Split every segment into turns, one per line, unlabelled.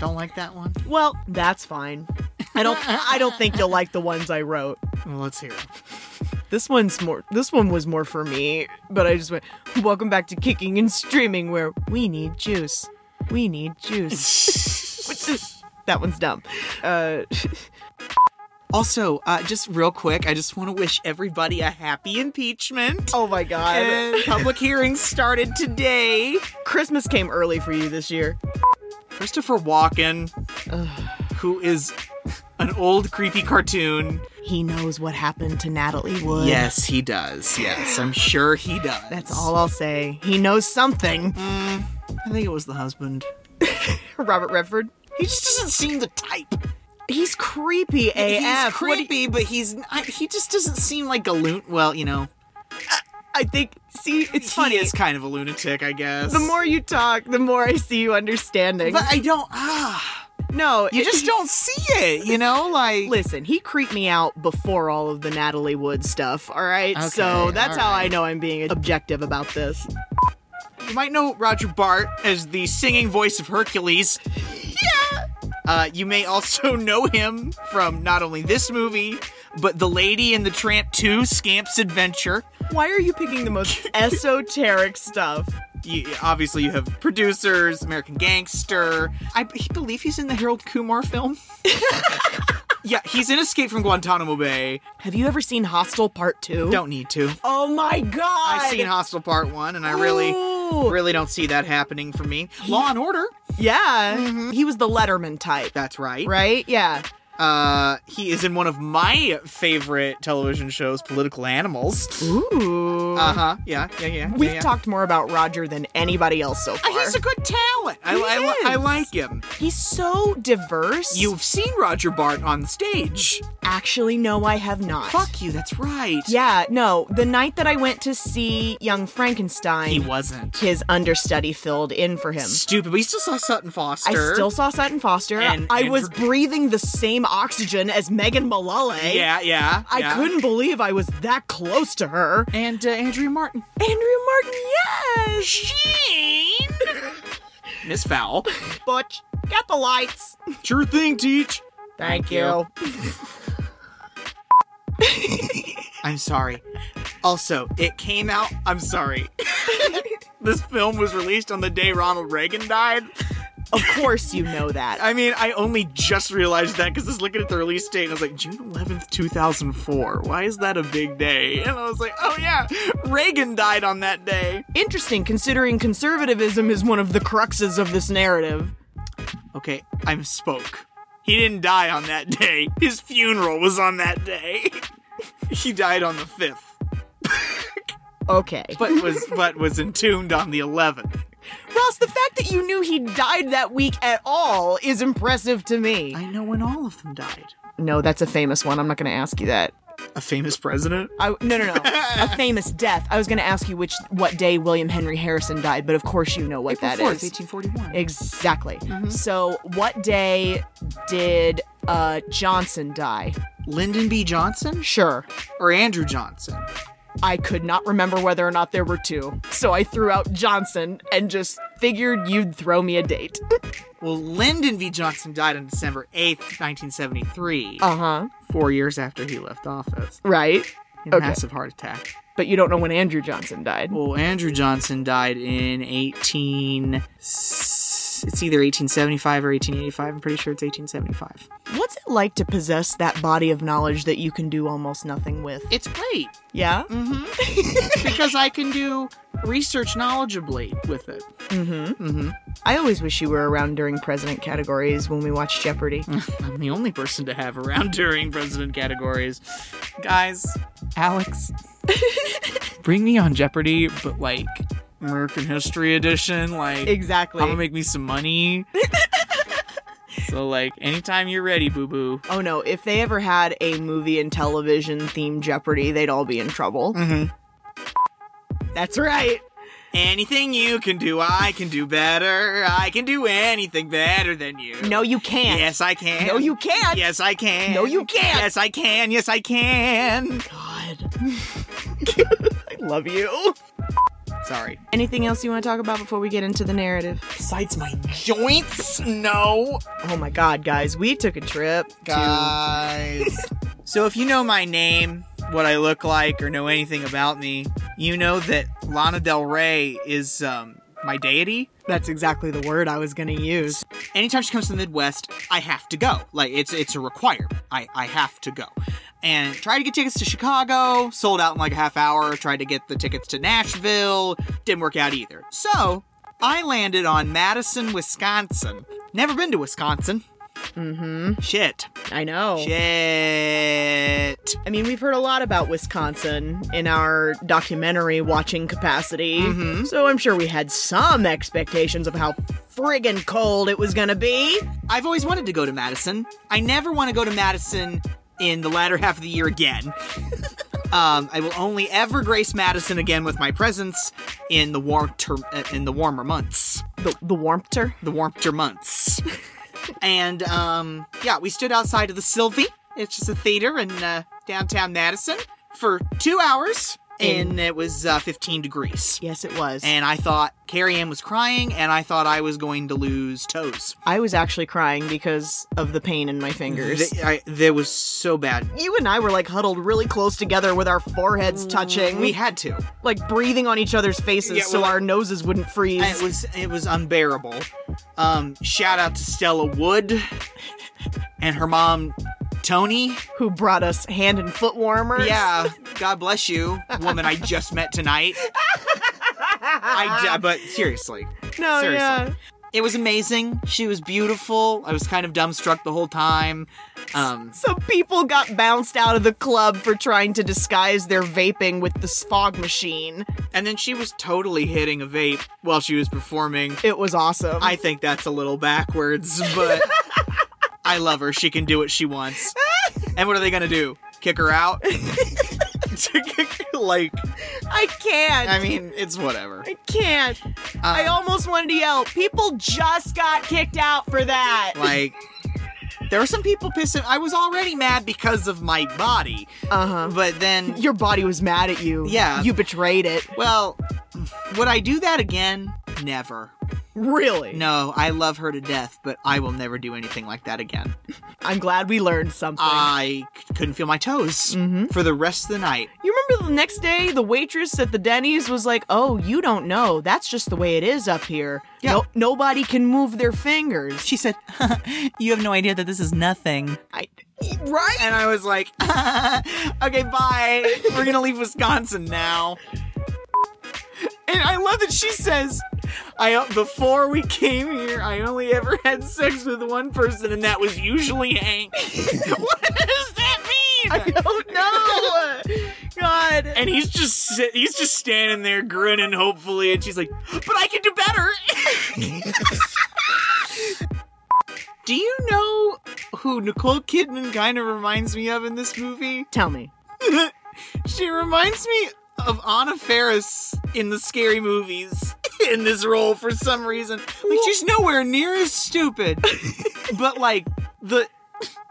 Don't like that one?
Well, that's fine. I don't I don't think you'll like the ones I wrote.
Well, let's hear it.
This one's more this one was more for me, but I just went, "Welcome back to kicking and streaming where we need juice. We need juice." Which is that one's dumb. Uh
Also, uh, just real quick, I just want to wish everybody a happy impeachment.
oh my god.
And public hearings started today.
Christmas came early for you this year.
Christopher Walken, who is an old creepy cartoon.
He knows what happened to Natalie Wood.
Yes, he does. Yes, I'm sure he does.
That's all I'll say. He knows something.
Mm-hmm. I think it was the husband.
Robert Redford.
He just doesn't seem the type.
He's creepy
He's
AF. What do you-
creepy, but he's I, he just doesn't seem like a loon. Well, you know,
I think see, it's
he
funny.
is kind of a lunatic, I guess.
The more you talk, the more I see you understanding.
but I don't. Ah,
no,
you
it-
just don't see it. You know, like
listen. He creeped me out before all of the Natalie Wood stuff. All right,
Okay,
so that's
all
how
right.
I know I'm being objective about this.
you might know Roger Bart as the singing voice of Hercules. Yeah. Uh, you may also know him from not only this movie, but The Lady and the Tramp 2 Scamp's Adventure.
Why are you picking the most esoteric stuff?
You, obviously, you have producers, American Gangster. I b- believe he's in the Harold Kumar film. yeah, he's in Escape from Guantanamo Bay.
Have you ever seen Hostel Part Two?
Don't need to.
Oh my God!
I've seen Hostel Part 1, and I really,
Ooh.
really don't see that happening for me. Law and Order.
Yeah,
Mm-hmm.
he was the Letterman type,
That's right.
right? Yeah.
Uh, he is in one of my favorite television shows, Political Animals.
Ooh.
Uh huh. Yeah, yeah, yeah.
We've
yeah, yeah.
Mm. talked more about Roger than anybody else so far.
Uh, He's a good talent. I,
He
I, li- I
is.
like him.
He's so diverse.
You've seen Roger Bart on stage.
actually no, I have not.
Fuck you. That's right.
Yeah, no. The night that I went to see Young Frankenstein,
He wasn't.
his understudy filled in for him.
Stupid. We still saw Sutton Foster.
I still saw Sutton Foster.
And-
I
and
was
her-
breathing the same oxygen as Megan Mullally.
Yeah, yeah.
I
yeah.
couldn't believe I was that close to her.
And uh, Andrea Martin.
Andrew Martin, yes!
Sheen. Miss Fowl.
Butch, get the lights.
Sure thing, Teach.
Thank you.
I'm sorry. Also, it came out. I'm sorry. this film was released on the day Ronald Reagan died.
Of course you know that.
I mean, I only just realized that because I was looking at the release date and I was like, June 11th, 2004. Why is that a big day? And I was like, oh yeah, Reagan died on that day.
Interesting, considering conservatism is one of the cruxes of this narrative.
Okay, I'm spoke. He didn't die on that day. His funeral was on that day. he died on the 5th,
Okay.
but was but was entombed on the 11th.
Ross, the fact that you knew he died that week at all is impressive to me.
I know when all of them died.
No, that's a famous one. I'm not going to ask you that.
A famous president?
I, no, no, no. a famous death. I was going to ask you which what day William Henry Harrison died, but of course you know what that is.
1841.
Exactly. So, what day did uh, Johnson die?
Lyndon B. Johnson
Sure.
or Andrew Johnson?
I could not remember whether or not there were two, so I threw out Johnson and just figured you'd throw me a date.
Well, Lyndon B. Johnson died on December 8th, 1973,
Uh huh.
four years after he left office.
Right.
A
Okay.
massive heart attack.
But you don't know when Andrew Johnson died.
Well, Andrew Johnson died in 18. It's either 1875 or 1885. I'm pretty sure it's 1875.
What's it like to possess that body of knowledge that you can do almost nothing with?
It's great
Yeah?
because I can do research knowledgeably with it.
I always wish you were around during president categories when we watch Jeopardy.
I'm the only person to have around during president categories. Guys, Alex, bring me on Jeopardy, but like American History Edition. Like,
exactly.
I'm gonna make me some money. so, like, anytime you're ready, boo boo.
oh no, if they ever had a movie and television themed Jeopardy, they'd all be in trouble.
Mhm.
That's right.
Anything you can do, I can do better. I can do anything better than you.
No, you can't.
Yes, I can.
No, you can't.
Yes, I can.
No, you can't.
Yes, I can. Yes, I can.
God. I love you.
Sorry.
Anything else you want to talk about before we get into the narrative?
Besides my joints? No.
Oh my god, guys, we took a trip. To-
Guys. so if you know my name, what I look like, or know anything about me, you know that Lana Del Rey is um, my deity.
That's exactly the word I was going to use.
anytime she comes to the Midwest, I have to go. Like it's it's a requirement. I, I have to go. And tried to get tickets to Chicago, sold out in like a half hour, tried to get the tickets to Nashville, didn't work out either. So I landed on Madison, Wisconsin. Never been to Wisconsin. Mm-hmm. Shit.
I know.
Shit.
I mean, we've heard a lot about Wisconsin in our documentary watching capacity,
Mm-hmm.
so I'm sure we had some expectations of how friggin' cold it was gonna be.
I've always wanted to go to Madison. I never want to go to Madison in the latter half of the year again. um, I will only ever grace Madison again with my presence in the warm ter- uh, in the warmer months,
The, the warmter.
the warmter months. and um, yeah, we stood outside of the Sylvie. It's just a theater in uh, downtown Madison for two hours, and it was uh, 15 degrees.
Yes, it was.
And I thought Carrie Ann was crying, and I thought I was going to lose toes.
I was actually crying because of the pain in my fingers.
Th- I, there was so bad.
you and I were like huddled really close together with our foreheads touching.
Mm. We had to.
like breathing on each other's faces
Yeah,
so
well,
our noses wouldn't freeze.
It was it was unbearable. Um, shout out to Stella Wood and her mom Tony.
who brought us hand and foot warmers?
Yeah, God bless you, woman I just met tonight. I d- but seriously,
No,
seriously.
yeah.
It was amazing. She was beautiful. I was kind of dumbstruck the whole time. Um,
Some people got bounced out of the club for trying to disguise their vaping with this fog machine.
and then she was totally hitting a vape while she was performing.
It was awesome.
I think that's a little backwards, but I love her. She can do what she wants. And what are they gonna do? Kick her out? like,
I can't.
I mean, uh, it's whatever. Um,
I can't. I almost wanted to yell. People just got kicked out for that.
Like, there were some people pissing. I was already mad because of my body,
Uh huh.
but then,
Your body was mad at you.
Uh-huh. Yeah.
You betrayed it.
well, would I do that again? Never.
Really?
No, I love her to death, but I will never do anything like that again.
I'm glad we learned something. Mm-hmm.
I c- couldn't feel my toes for the rest of the night.
You remember the next day, the waitress at the Denny's was like, "Oh, you don't know. That's just the way it is up here.
Yeah.
No, nobody can move their fingers."
She said, You have no idea that this is nothing.
I,
Right? And I was like, Okay, bye. We're going to leave Wisconsin now. And I love that she says, I before we came here, I only ever had sex with one person, and that was usually Hank. what does that mean?
I don't know. God.
and he's just sit- he's just standing there grinning hopefully and she's like but i can do better do you know who nicole kidman kind of reminds me of in this movie
Tell me.
she reminds me of anna Faris in the scary movies in this role for some reason like she's nowhere near as stupid but like the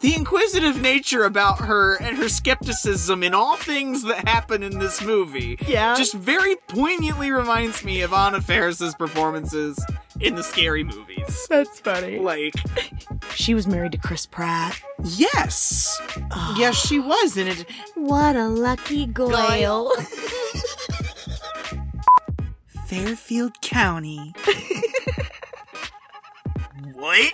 the inquisitive nature about her and her skepticism in all things that happen in this movie
Yeah.
just very poignantly reminds me of Anna Faris's performances in the scary movies.
That's funny.
Like,
She was married to Chris Pratt.
yes, yes, she was in it.
What a lucky
Goyle. Fairfield County. what?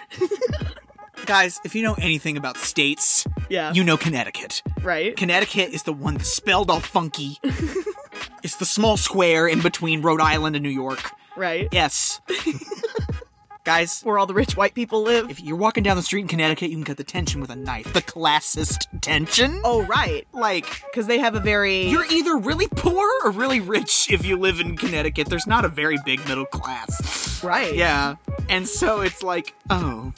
Guys, if you know anything about states,
yeah.
you know Connecticut.
right.
Connecticut is the one that's spelled all funky. it's the small square in between Rhode Island and New York.
right.
Yes. Guys,
Where all the rich white people live.
if you're walking down the street in Connecticut, you can cut the tension with a knife. The classist tension?
oh, right.
Like,
Because they have a very.
you're either really poor or really rich if you live in Connecticut. There's not a very big middle class.
right.
Yeah. And so it's like, oh,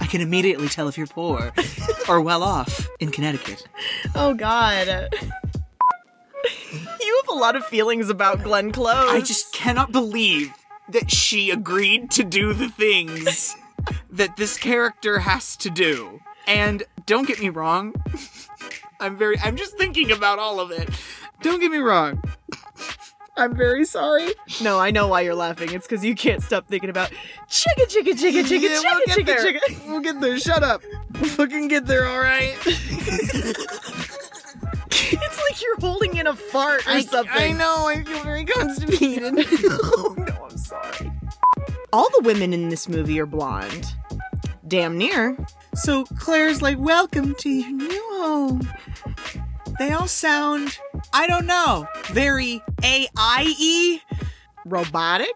I can immediately tell if you're poor or well off in Connecticut.
Oh God. you have a lot of feelings about Glenn Close.
I just cannot believe that she agreed to do the things that this character has to do. And don't get me wrong, I'm very I'm just thinking about all of it. Don't get me wrong.
I'm very sorry. No, I know why you're laughing. It's because you can't stop thinking about chicka chicka chicka chicka
Yeah,
chicka
we'll get
chicka
there.
chicka.
We'll get there. Shut up. We'll fucking get there, all right?
It's like you're holding in a fart or
I,
something.
I know. I feel very constipated.
Oh, no, I'm sorry. All the women in this movie are blonde. Damn near.
so Claire's like, "Welcome to your new home." They all sound, I don't know, very AIE.
Robotic?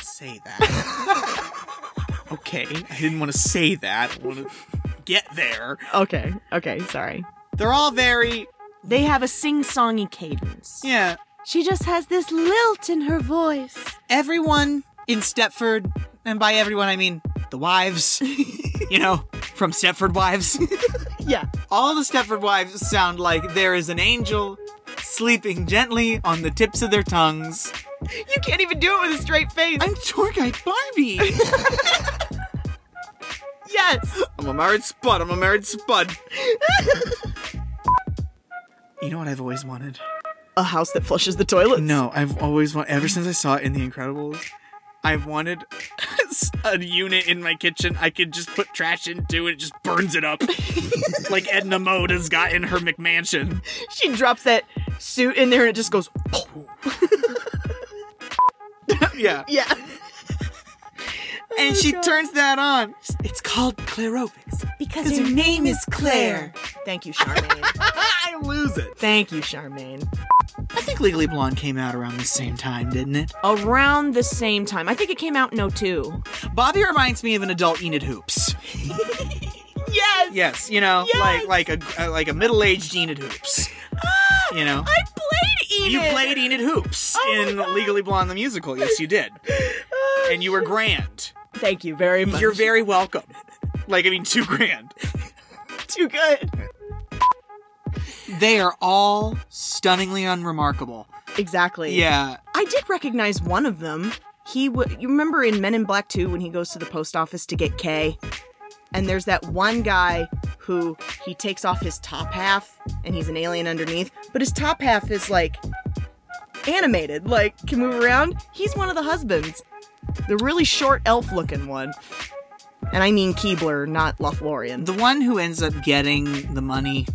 Say that. okay, I didn't want to say that. I want to get there.
Okay, okay, sorry.
They're all very,
They have a sing songy cadence.
yeah.
She just has this lilt in her voice.
everyone in Stepford, and by everyone I mean the wives, you know, from Stepford Wives.
Yeah.
All the Stepford Wives sound like there is an angel sleeping gently on the tips of their tongues.
You can't even do it with a straight face.
I'm tour guide Barbie.
yes.
I'm a married spud. I'm a married spud. you know what I've always wanted?
A house that flushes the toilet.
No, I've always wanted, ever since I saw it in The Incredibles, I've wanted a unit in my kitchen I could just put trash into and it just burns it up. like Edna Mode has got in her McMansion.
She drops that suit in there and it just goes.
yeah.
Yeah.
And she turns that on. It's called Clairopics.
Because
Because her name is Claire.
Thank you, Charmaine.
I lose it.
Thank you, Charmaine.
I think Legally Blonde came out around the same time, didn't it?
Around the same time. I think it came out in 02.
Bobby reminds me of an adult Enid Hoops.
Yes!
Yes, you know,
Yes.
like like a uh, like a middle-aged Enid Hoops. You know.
I played Enid!
You played Enid Hoops
Oh my
in
God. Oh,
Legally Blonde the musical. Yes, you did. And you were grand.
Thank you very much.
You're very welcome. Like, I mean, two grand.
too good.
They are all stunningly unremarkable.
Exactly.
Yeah.
I did recognize one of them. He w- you remember in Men in Black 2 when he goes to the post office to get Kay? And there's that one guy who he takes off his top half and he's an alien underneath, but his top half is like animated, like can move around. He's one of the husbands. The really short elf looking one. And I mean Keebler, not Lothlorien.
The one who ends up getting the money,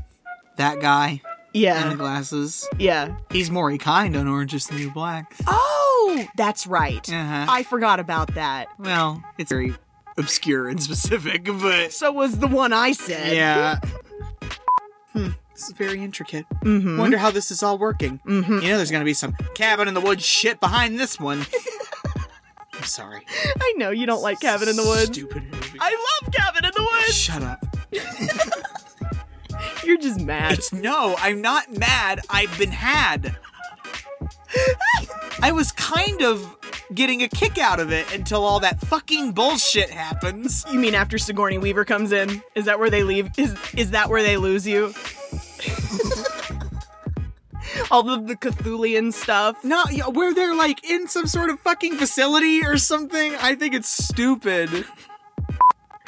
that guy in the
Yeah.
glasses,
Yeah.
he's Maury Kind on Orange is the New Black.
Oh, that's right.
Uh-huh.
I forgot about that.
Well, it's very obscure and specific, but.
So was the one I said.
Yeah. Hmm. This is very intricate.
Mm-hmm.
Wonder how this is all working.
Mm-hmm.
You know there's gonna be some cabin in the woods shit behind this one. I'm sorry.
I know you don't like Cabin in the Woods.
Stupid movie.
I love Cabin in the Woods.
Shut up.
You're just mad.
It's no, I'm not mad. I've been had. I was kind of getting a kick out of it until all that fucking bullshit happens.
You mean after Sigourney Weaver comes in? Is that where they leave? Is is that where they lose you? All of the Cthulian stuff.
No, yeah, where they're like in some sort of fucking facility or something. I think it's stupid.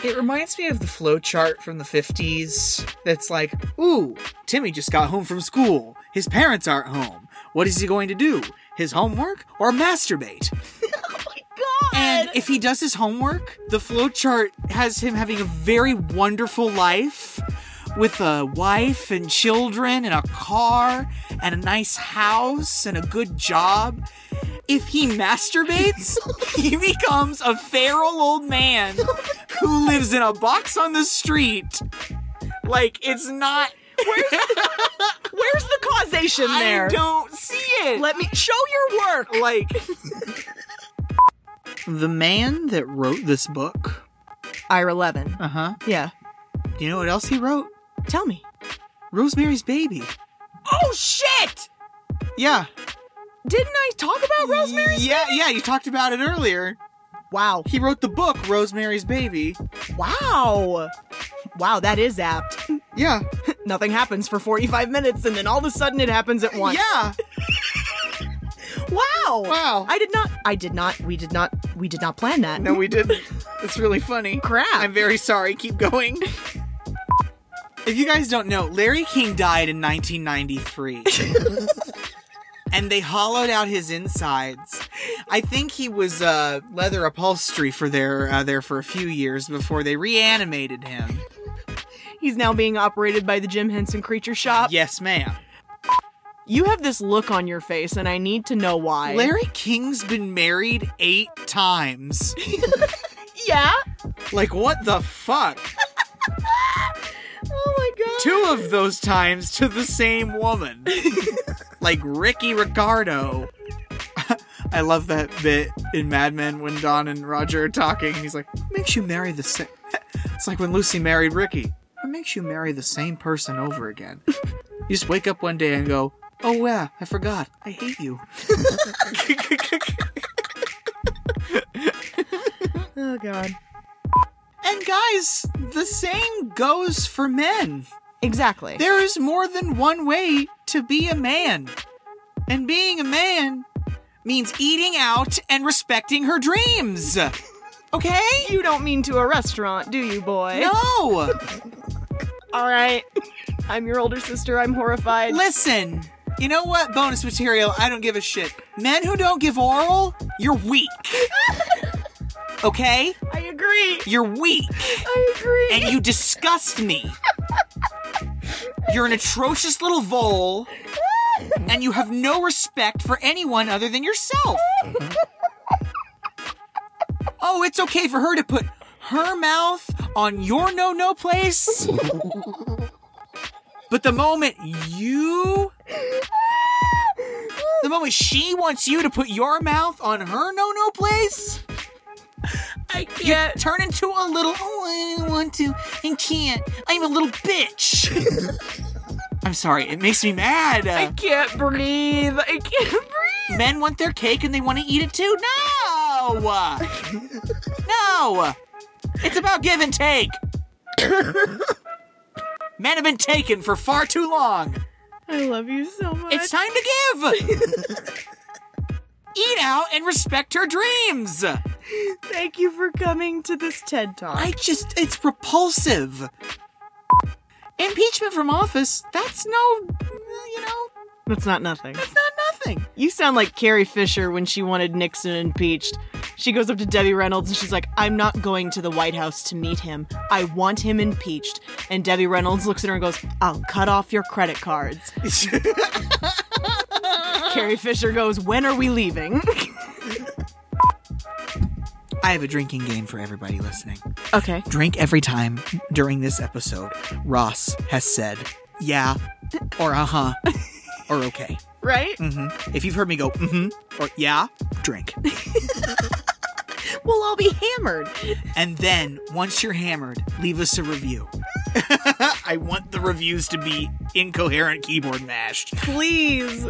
It reminds me of the flowchart from the 50s that's like, ooh, Timmy just got home from school. His parents aren't home. What is he going to do? His homework or masturbate?
God.
And if he does his homework, the flowchart has him having a very wonderful life with a wife and children and a car and a nice house and a good job. If he masturbates, he becomes a feral old man who lives in a box on the street. Like, it's not.
Where's the causation there?
I don't see it.
Let me show your work.
like. the man that wrote this book.
Ira Levin.
Uh huh.
Yeah.
You know what else he wrote?
Tell me.
Rosemary's Baby.
Oh shit!
Yeah.
Didn't I talk about Rosemary?
Yeah, yeah, you talked about it earlier.
Wow.
He wrote the book Rosemary's Baby.
Wow. Wow, that is apt.
Yeah.
Nothing happens for 45 minutes and then all of a sudden it happens at once.
Yeah.
Wow.
Wow.
I did not I did not we did not we did not plan that.
No, we didn't. It's really funny.
crap.
I'm very sorry. Keep going. If you guys don't know, Larry King died in 1993. and they hollowed out his insides. I think he was uh, leather upholstery for their uh, there for a few years before they reanimated him.
He's now being operated by the Jim Henson Creature Shop.
Yes, ma'am.
You have this look on your face, and I need to know why.
Larry King's been married eight times.
Yeah?
Like what the fuck?
Oh my god.
Two of those times to the same woman, like Ricky Ricardo. I love that bit in Mad Men when Don and Roger are talking. He's like, "What "Makes you marry the same." It's like when Lucy married Ricky. What makes you marry the same person over again? You just wake up one day and go, "Oh yeah, I forgot. I hate you."
Oh god.
and guys, the same goes for men.
Exactly.
There is more than one way to be a man. And being a man means eating out and respecting her dreams. Okay?
you don't mean to a restaurant, do you, boy?
No!
All right. I'm your older sister. I'm horrified.
Listen, you know what? Bonus material, I don't give a shit. Men who don't give oral, you're weak. Okay?
I agree.
You're weak.
I agree.
And you disgust me. You're an atrocious little vole, and you have no respect for anyone other than yourself. Oh, it's okay for her to put her mouth on your no no place. But the moment you. The moment she wants you to put your mouth on her no no place,
I
you turn into a little, oh, I don't want to and can't. I'm a little bitch. I'm sorry, it makes me mad.
I can't breathe. I can't breathe.
Men want their cake and they want to eat it too. No! no! It's about give and take. Men have been taken for far too long.
I love you so much.
It's time to give! eat out and respect her dreams!
Thank you for coming to this TED Talk.
I just, it's repulsive. Impeachment from office, that's no, you know,
That's not nothing.
it's not nothing.
You sound like Carrie Fisher when she wanted Nixon impeached. She goes up to Debbie Reynolds and she's like, I'm not going to the White House to meet him. I want him impeached. And Debbie Reynolds looks at her and goes, I'll cut off your credit cards. Carrie Fisher goes, When are we leaving?
I have a drinking game for everybody listening.
okay.
Drink every time during this episode Ross has said, yeah, or uh huh, or okay.
Right?
If you've heard me go, mm hmm, or yeah, drink.
We'll all be hammered.
And then, once you're hammered, leave us a review. I want the reviews to be incoherent keyboard mashed.
Please.